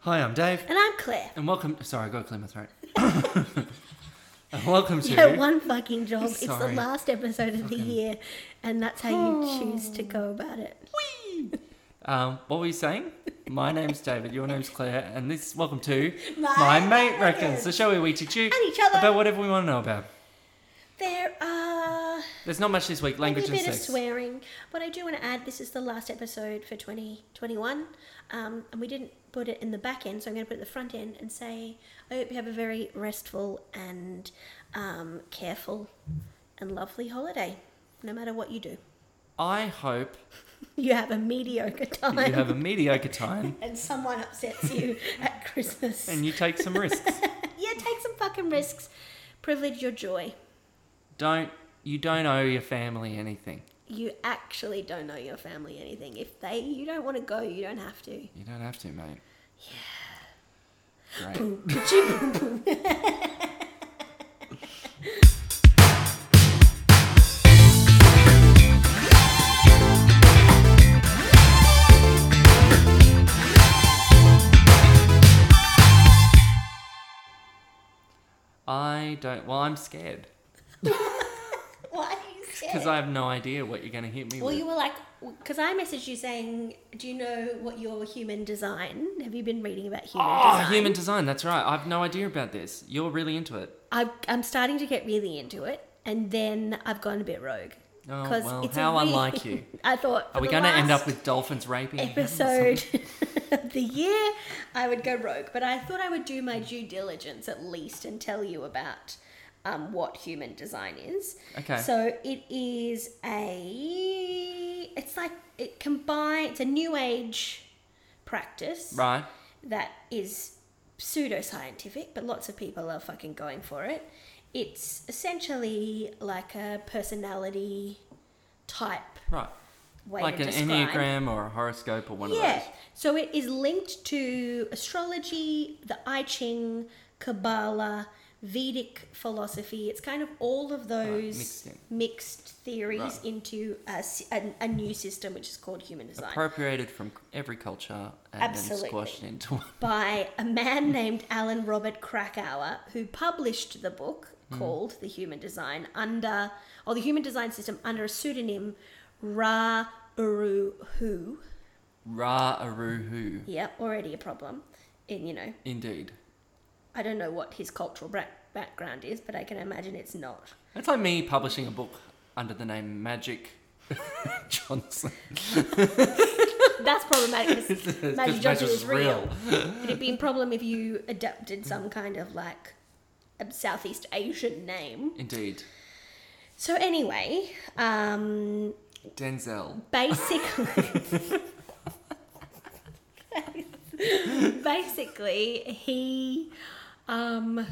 Hi, I'm Dave, And I'm Claire. and welcome. Sorry, I got to clear my throat. and welcome to. Yeah, one fucking job. It's the Sorry. last episode of the year, and that's how you choose to go about it. Um, what were you saying? My name's David, your name's Claire, and this welcome to My Mate Mate Reckons, Reckons. the show where we teach you And each other. about whatever we want to know about. There are There's not much this week, maybe language a and bit of sex. swearing, but I do want to add this is the last episode for 2021, um, and we didn't put it in the back end, so I'm going to put it at the front end and say I hope you have a very restful and um, careful and lovely holiday, no matter what you do. I hope You have a mediocre time, that you have a mediocre time and someone upsets you at Christmas. and you take some risks. yeah, take some fucking risks. Privilege your joy. Don't you don't owe your family anything. You actually don't know your family anything. If they you don't want to go, you don't have to. You don't have to, mate. Yeah. Great. I don't. Well, I'm scared Why are you scared? because I have no idea what you're going to hit me well, with. you were like, because I messaged you saying, "Do you know what your human design? Have you been reading about human oh, design? human design. That's right. I've no idea about this. You're really into it. I, I'm starting to get really into it, and then I've gone a bit rogue. Oh, 'Cause well, it's a how really- unlike you. I thought. Are we going going to end up with dolphins raping? each other or something? episode of the year, I would go rogue. But I thought I would do my due diligence at least and tell you about um, what human design is. Okay. So it is a. It's like it combines. It's a new age practice Right. that is pseudoscientific, but lots of people are fucking going for it. It's essentially like a personality type Right. way like to an describe. enneagram or a horoscope or one Yeah. of those. So it is linked to astrology, the I Ching, Kabbalah, Vedic philosophy. It's kind of all of those mixed in. mixed theories Right. into a, s- a- a new system, which is called human design, Appropriated from every culture and Absolutely. then squashed into one. by a man named Alan Robert Krakauer, who published the book Hmm. called The Human Design under, or The Human Design System under a pseudonym, Ra Uruhu. Ra Aruhu. Yeah, already a problem. In, you know, Indeed. I don't know what his cultural bra- background is, but I can imagine it's not. That's like me publishing a book under the name Magic Johnson. That's problematic because Magic 'Cause Johnson magic's is real. It'd be a problem if you adapted some kind of like a Southeast Asian name. Indeed. So anyway, um, Denzel. basically basically he um,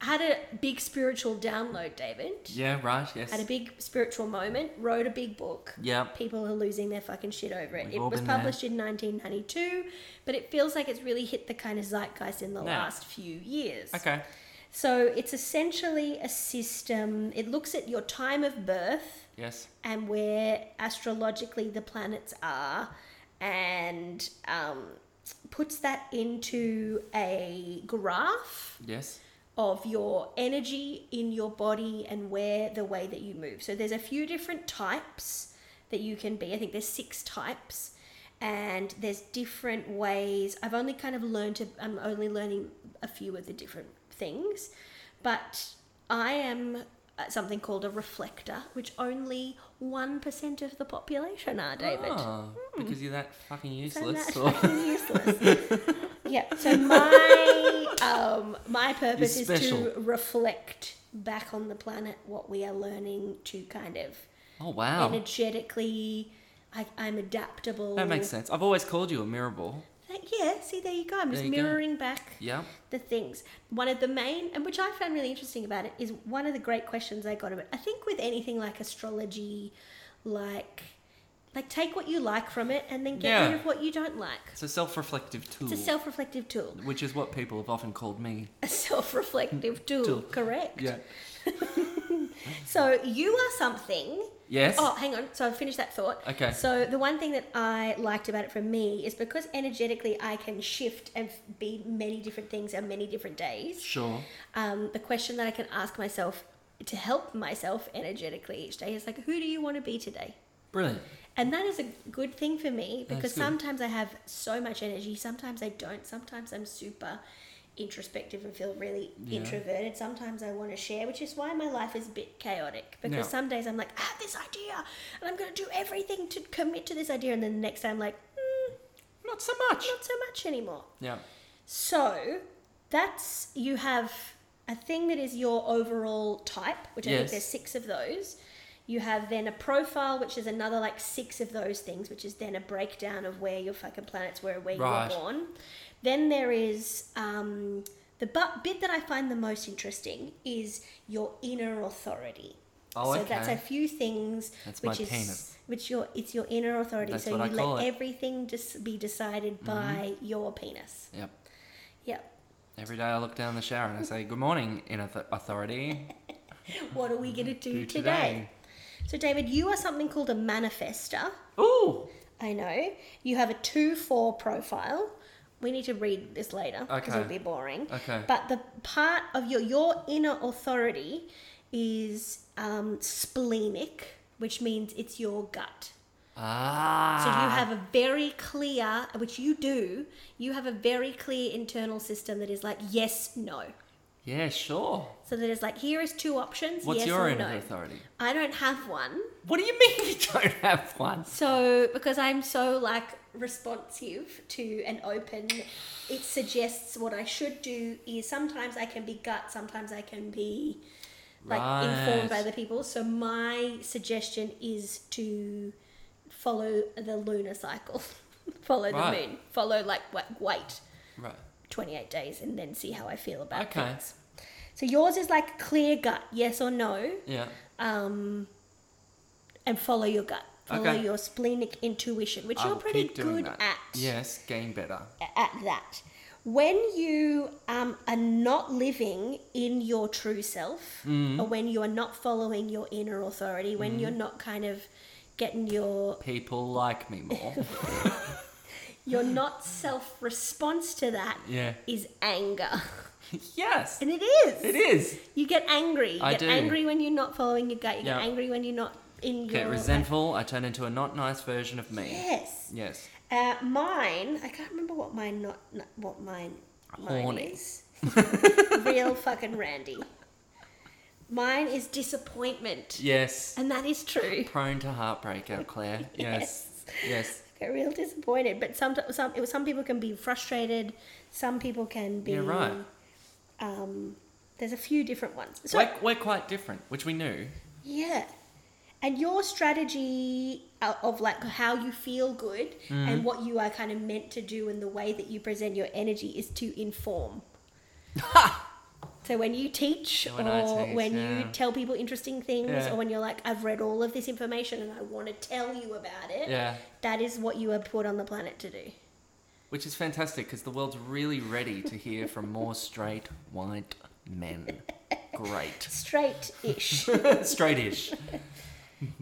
had a big spiritual download, David. Yeah, right, yes. had a big spiritual moment, wrote a big book. Yeah. People are losing their fucking shit over it. We've it all was been there. published in 1992, but it feels like it's really hit the kind of zeitgeist in the Yeah. last few years. Okay. So it's essentially a system, it looks at your time of birth Yes. and where astrologically the planets are and um, puts that into a graph Yes. of your energy in your body and where the way that you move. So there's a few different types that you can be. I think there's six types and there's different ways. I've only kind of learned to I'm only learning a few of the different things, but I am uh, something called a reflector, which only 1% of the population are, David. Hmm. Ah, Because you're that fucking So useless. that's or fucking useless. yeah. So my um, my purpose is You're to special. reflect back on the planet what we are learning to kind of oh, wow. energetically. I, I'm adaptable. That makes sense. I've always called you a mirror ball. Like, yeah. See, there you go. I'm just There you go. mirroring back Yeah. the things. One of the main, and which I found really interesting about it, is one of the great questions I got. About, I think with anything like astrology, like like take what you like from it and then get Yeah. rid of what you don't like. It's a self-reflective tool, It's a self-reflective tool. which is what people have often called me. A self-reflective tool, Tool. correct? So you are something. Yes. Oh, hang on. So I finished that thought. Okay. So the one thing that I liked about it for me is because energetically I can shift and f- be many different things on many different days. Sure. Um, the question that I can ask myself to help myself energetically each day is like, who do you want to be today? Brilliant. And that is a good thing for me That's because good. sometimes I have so much energy, sometimes I don't. Sometimes I'm super introspective and feel really Yeah. introverted. Sometimes I want to share, which is why my life is a bit chaotic because Yeah. some days I'm like, I have this idea and I'm going to do everything to commit to this idea. And then the next day I'm like, mm, Not so much. not so much anymore. Yeah. So that's you have a thing that is your overall type, which I think Yes. there's six of those. You have then a profile, which is another like six of those things, which is then a breakdown of where your fucking planets were, where Right. you were born. Then there is um, the bu- bit that I find the most interesting is your inner authority. Oh, so okay. that's a few things, That's my which is penis. which your it's your inner authority. That's so what I you call let it. Mm-hmm. everything just be decided by your penis. Yep. Yep. Every day I look down the shower and I say, "Good morning, inner th- authority." What are we going to do, Mm-hmm. Do today? So, David, you are something called a manifester. Ooh. I know. You have a 2 4 profile. We need to read this later because Okay. it'll be boring. Okay. But the part of your, your inner authority is um, splenic, which means it's your gut. Ah. So you have a very clear, which you do, you have a very clear internal system that is like yes, no. Yeah. Sure. So that is like here is two options. What's yes your or inner no. authority? I don't have one. What do you mean you don't have one? So, because I'm so like responsive to and open, it suggests what I should do is sometimes I can be gut, sometimes I can be like informed by Right. other people. So, my suggestion is to follow the lunar cycle, follow the Right. moon, follow like wa- wait Right. 28 days and then see how I feel about Okay. things. So, yours is like clear gut, yes or no Yeah. um, and follow your gut. Follow Okay. your splenic intuition, which I you're will pretty keep doing good that. at. Yes, getting better. At that. When you um, are not living in your true self, Mm-hmm. or when you are not following your inner authority, when you're not kind of getting your People like me more. your not self response to that is yeah. anger, yes. and it is. It is. You get angry. You I get do. angry when you're not following your gut. You Yeah. get angry when you're not in Get your resentful. I turn into a not nice version of me. Yes. Yes. Uh, mine, I can't remember what mine not, not what mine, mine Horny. is. Real fucking Randy. Mine is disappointment, Yes. and that is true. Prone to heartbreak out, Claire. Yes. Yes. I get real disappointed, but some some it was, some people can be frustrated. Some people can be. Yeah, right. Um, there's a few different ones. So We're, we're quite different, which we knew. Yeah. And your strategy o- of like how you feel good Mm. and what you are kind of meant to do and the way that you present your energy is to inform. so when you teach When I or teach, when you yeah. tell people interesting things Yeah. or when you're like I've read all of this information and I want to tell you about it, Yeah. that is what you are put on the planet to do. Which is fantastic because the world's really ready to hear from more straight white men. Great. Straight-ish. Straightish.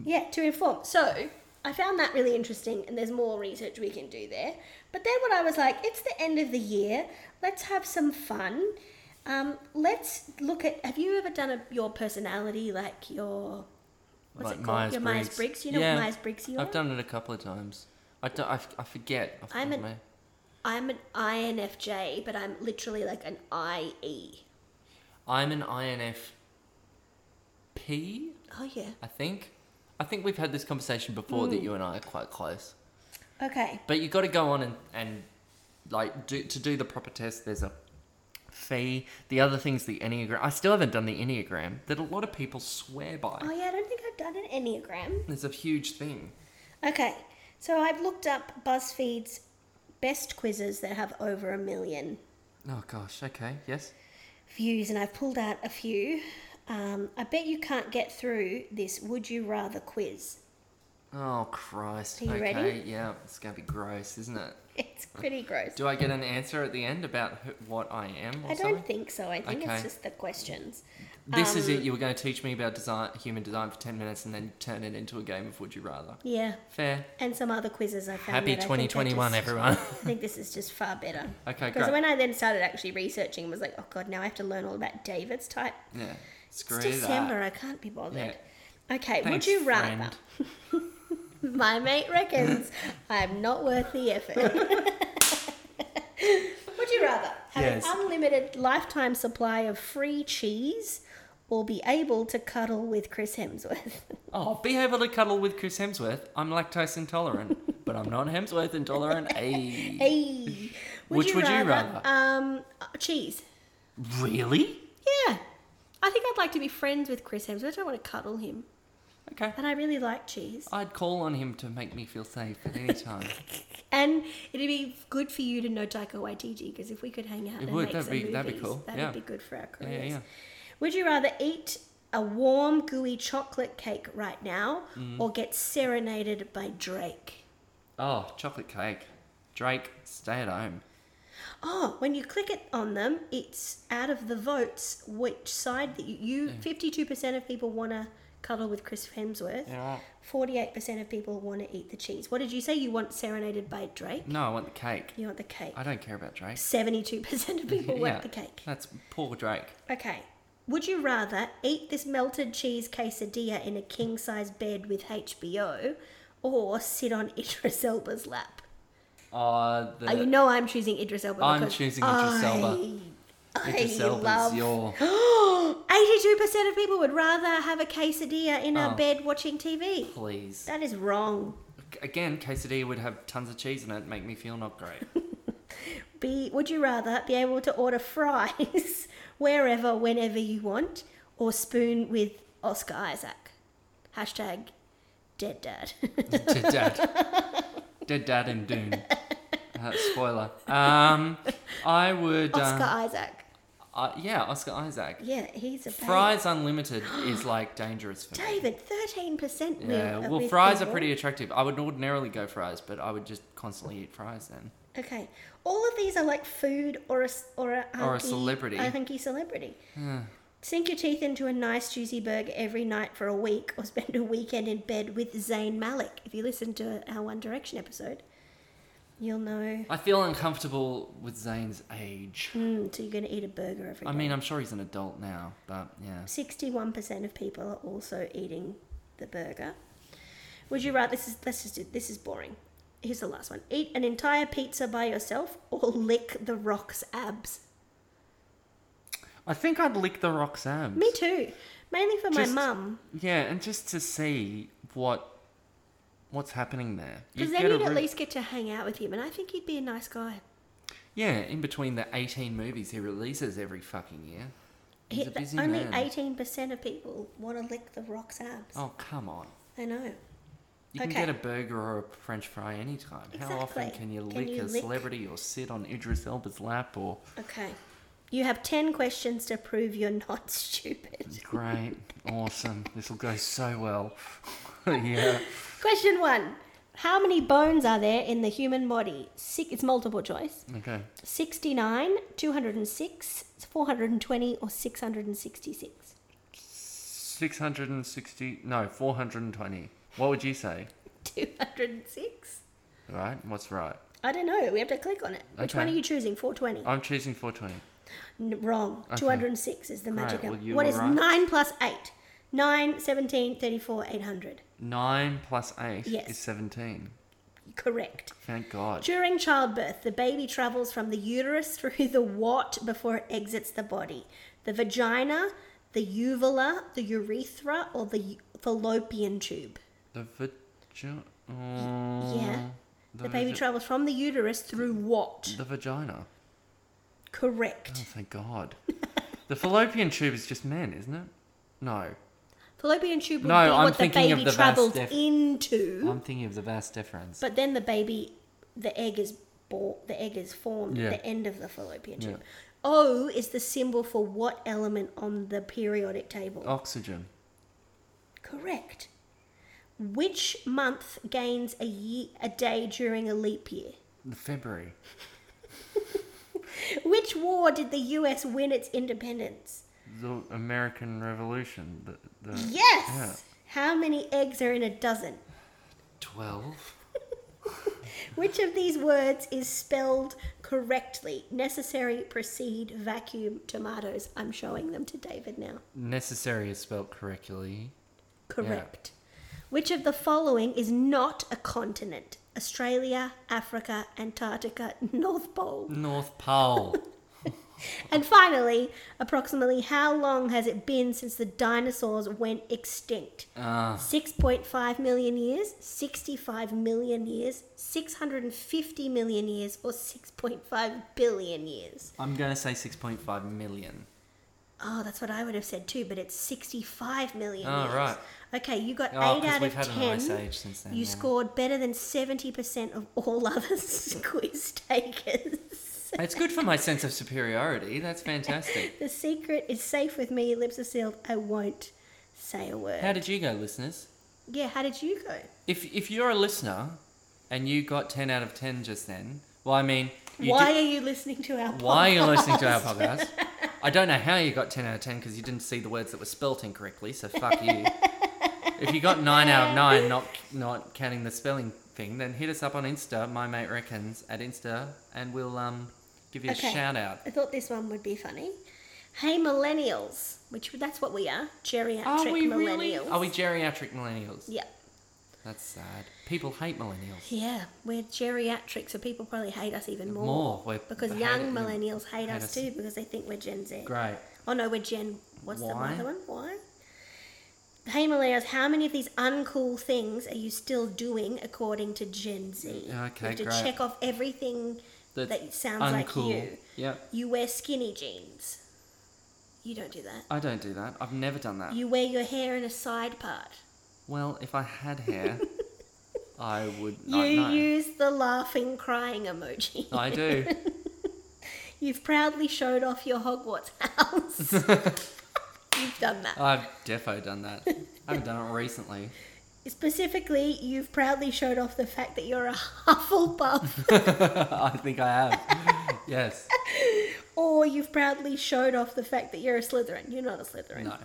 Yeah, to inform. So I found that really interesting, and there's more research we can do there. But then when I was like, it's the end of the year, let's have some fun. Um, let's look at. Have you ever done a, your personality, like your what's Like it called? your Myers-Briggs. Myers Briggs. You know Yeah. what Myers Briggs you are. I've done it a couple of times. I, don't, I, f- I forget. off the I'm top of an- my- I'm an INFJ, but I'm literally like an E. IE. I'm an INFP, Oh yeah. I think. I think we've had this conversation before Hmm. that you and I are quite close. Okay. But you got to go on and, and like do, to do the proper test. There's a fee. The other thing's the enneagram. I still haven't done the enneagram that a lot of people swear by. Oh yeah, I don't think I've done an Enneagram. It's a huge thing. Okay, so I've looked up BuzzFeed's best quizzes that have over a million Oh gosh. Okay. Yes. views, and I've pulled out a few. Um, I bet you can't get through this would you rather quiz. Oh Christ. Are you okay. ready? Yeah. It's gonna be gross, isn't it? It's pretty gross. Do I get an answer at the end about who, what I am? Or I something? don't think so. I think Okay. it's just the questions. This is um, it. You were going to teach me about design, human design for 10 minutes and then turn it into a game of Would You Rather. Yeah. Fair. And some other quizzes I found. Happy that I think are 2021, just- everyone. I think this is just far better. okay, Because great. when I then started actually researching, it was like, oh god, now I have to learn all about David's type. yeah. Screw it's December, that. I can't be bothered. Yeah. Okay, Thanks, would you rather? friend. My mate reckons I'm not worth the effort. Would you rather have Yes. an unlimited lifetime supply of free cheese or be able to cuddle with Chris Hemsworth? Oh, be able to cuddle with Chris Hemsworth. I'm lactose intolerant, but I'm not Hemsworth intolerant. Ayy. hey, Which would you rather? Um, uh, cheese. Really? Yeah. I think I'd like to be friends with Chris Hemsworth. I don't want to cuddle him. Okay. And I really like cheese. I'd call on him to make me feel safe at any time. And it'd be good for you to know Taika Waititi because if we could hang out It and would, make that'd some be- movies, that'd be cool, That'd yeah. be good for our Yeah, careers. yeah, yeah. Would you rather eat a warm, gooey chocolate cake right now Mm. or get serenaded by Drake? Oh, chocolate cake. Drake, stay at home. Oh, when you click it on them, it's out of the votes which side that you. you 52% of people want to cuddle with Chris Hemsworth. Yeah. 48% of people want to eat the cheese. What did you say? You want serenaded by Drake? No, I want the cake. You want the cake? I don't care about Drake. 72% of people Mm. Yeah, want the cake. That's poor Drake. Okay. Would you rather eat this melted cheese quesadilla in a king size bed with HBO or sit on Idris Elba's lap? Uh, the, Oh, you know I'm choosing Idris Elba. I'm because choosing Idris Elba. I, Idris I Elba's love. your- 82% of people would rather have a quesadilla in a Oh. bed watching TV. please. That is wrong. Again, quesadilla would have tons of cheese in it, make me feel not great. Be, would you rather be able to order fries wherever, whenever you want, or spoon with Oscar Isaac? Hashtag dead dad. Dead dad. Dead dad and Dune. Uh, spoiler. Um, I would. uh, Oscar Isaac. uh, yeah, Oscar Isaac. Yeah, he's a babe. Fries Unlimited is like dangerous for me. David, thirteen percent. Yeah, well, fries are pretty attractive. I would ordinarily go fries, but I would just constantly eat fries then. Okay, all of these are like food or a s- or a Or a hunky- celebrity. A hunky celebrity. Sink your teeth into a nice juicy burger every night for a week, or spend a weekend in bed with Zayn Malik. If you listen to our One Direction episode, you'll know. I feel uncomfortable with Zane's age. Mm, so you're going to eat a burger every I mean, I'm sure he's an adult now, but yeah. sixty-one percent of people are also eating the burger. Would you rather? This is let's just do this is boring. Here's the last one: eat an entire pizza by yourself or lick the rock's abs. I think I'd lick the rock's abs. Me too. Mainly for Just- my mum, Yeah, and just to see what what's happening there. because You'd then get a you'd at real- least get to hang out with him, and I think he'd be a nice guy. Yeah, in between the 18 movies he releases every fucking year. He's He- a busy only man. eighteen percent of people want to lick the rock's abs. Oh, come on. I know. You can Okay. get a burger or a french fry anytime. How often Exactly. can you Can lick a you lick- celebrity or sit on Idris Elba's lap or. Okay, you have ten questions to prove you're not stupid. Great. awesome. This will go so well. yeah. Question one. How many bones are there in the human body? Six, it's multiple choice. Okay. 69, 206, 420, or 666? 660. No, 420. What would you say? 206? Right? What's right? I don't know. We have to click on it. Which Okay. one are you choosing? 420? I'm choosing 420. N- wrong. Okay. 206 is the Great, magic well, number. you What were is right. 9 plus 8? 9, 17, 34, 800. 9 plus 8 Yes. is 17. Correct. Thank God. During childbirth, the baby travels from the uterus through the wart before it exits the body. The vagina, the uvula, the urethra, or the fallopian tube. The oh, vagina. Yeah. The, baby travels from the uterus through what? The vagina. Oh, Correct. thank God. the fallopian tube is just men, isn't it? No. Fallopian tube would No, be I'm what the thinking of baby the vas travels def- into, I'm thinking of the vas deferens. but then the baby, the egg is born, the egg is formed Yeah. at the end of the fallopian Yeah. tube. O is the symbol for what element on the periodic table? Oxygen. Correct. Which month gains a year, a day during a leap year? February. Which war did the US win its independence? the American Revolution. The, the, Yes. Yeah. How many eggs are in a dozen? Twelve. Which of these words is spelled correctly? Necessary, proceed, vacuum, tomatoes. I'm showing them to David now. Necessary is spelled correctly. Correct. Which of the following is not a continent? Australia, Africa, Antarctica, North Pole. North Pole. And finally, approximately how long has it been since the dinosaurs went extinct? Ah. 6.5 million years, 65 million years, 650 million years, or 6.5 billion years? I'm gonna say six point five million. Oh, that's what I would have said too, but it's 65 million Oh, years. right. Okay, you got Oh, 8 because out we've of had 10. an ice age since then. You yeah. scored better than 70% of all other quiz takers. It's good for my sense of superiority. That's fantastic. the secret is safe with me, lips are sealed. I won't say a word. How did you go, listeners? yeah, how did you go? If if you're a listener and you got ten out of ten just then, well, I mean, you Why did- are you listening to our podcast? why are you listening to our podcast? I don't know how you got ten out of ten because you didn't see the words that were spelt incorrectly. So fuck you. if you got nine out of nine, not not counting the spelling thing, then hit us up on Insta. My mate reckons at Insta, and we'll um give you Okay. a shout out. I thought this one would be funny. Hey, millennials, which that's what we are geriatric Are we millennials. really? Are we geriatric millennials? Yeah. That's sad. People hate millennials. Yeah, we're geriatric, so people probably hate us even more. More, we're- because they hate young it, yeah. millennials hate, Hate us, us. too because they think we're Gen Z. Great. Oh no, we're Gen. What's Why? the other one? Why? Hey millennials, how many of these uncool things are you still doing according to Gen Z? Yeah, okay, you have to great. check off everything That's that sounds uncool. like you. Yeah. You wear skinny jeans. You don't do that. I don't do that. I've never done that. You wear your hair in a side part. Well, if I had hair, I would. You I know. use the laughing, crying emoji. I do. You've proudly showed off your Hogwarts house. You've done that. I've defo done that. I haven't done it recently. Specifically, you've proudly showed off the fact that you're a Hufflepuff, I think I have. Yes. or you've proudly showed off the fact that you're a Slytherin. You're not a Slytherin. No.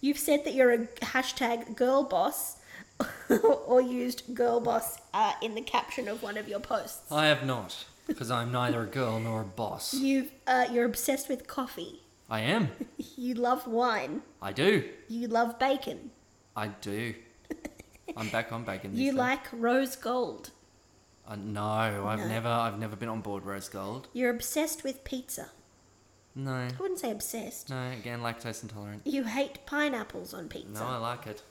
You've said that you're a hashtag girl boss, or used girl boss uh, in the caption of one of your posts. I have not, because I'm neither a girl nor a boss. You've, uh, you're obsessed with coffee. I am. You love wine. I do. You love bacon. I do. I'm back on bacon. These You days. like rose gold. Uh, no, I've No. never. I've never been on board rose gold. You're obsessed with pizza. No. I wouldn't say obsessed. No. Again, lactose intolerant. You hate pineapples on No, pizza. I like it.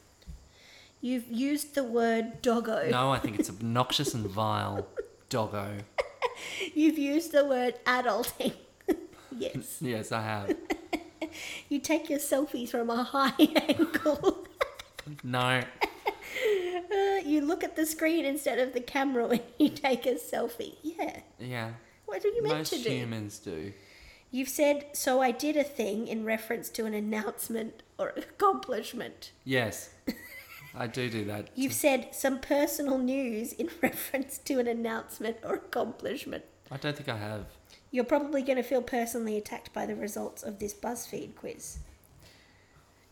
You've used the word doggo. No, I think it's obnoxious and vile. Doggo. You've used the word adulting. yes. Yes, I have. You take your selfies from a high angle. No. Uh, you look at the screen instead of the camera when you take a selfie. Yeah. Yeah. What are you meant Most to do? humans do. You've said, so I did a thing in reference to an announcement or accomplishment. Yes. I do do that. You've said some personal news in reference to an announcement or accomplishment. I don't think I have. You're probably going to feel personally attacked by the results of this BuzzFeed quiz.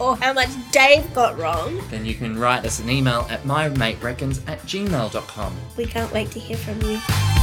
Or Oh, how much Dave got wrong. then you can write us an email at mymatereckons at gmail.com. We can't wait to hear from you.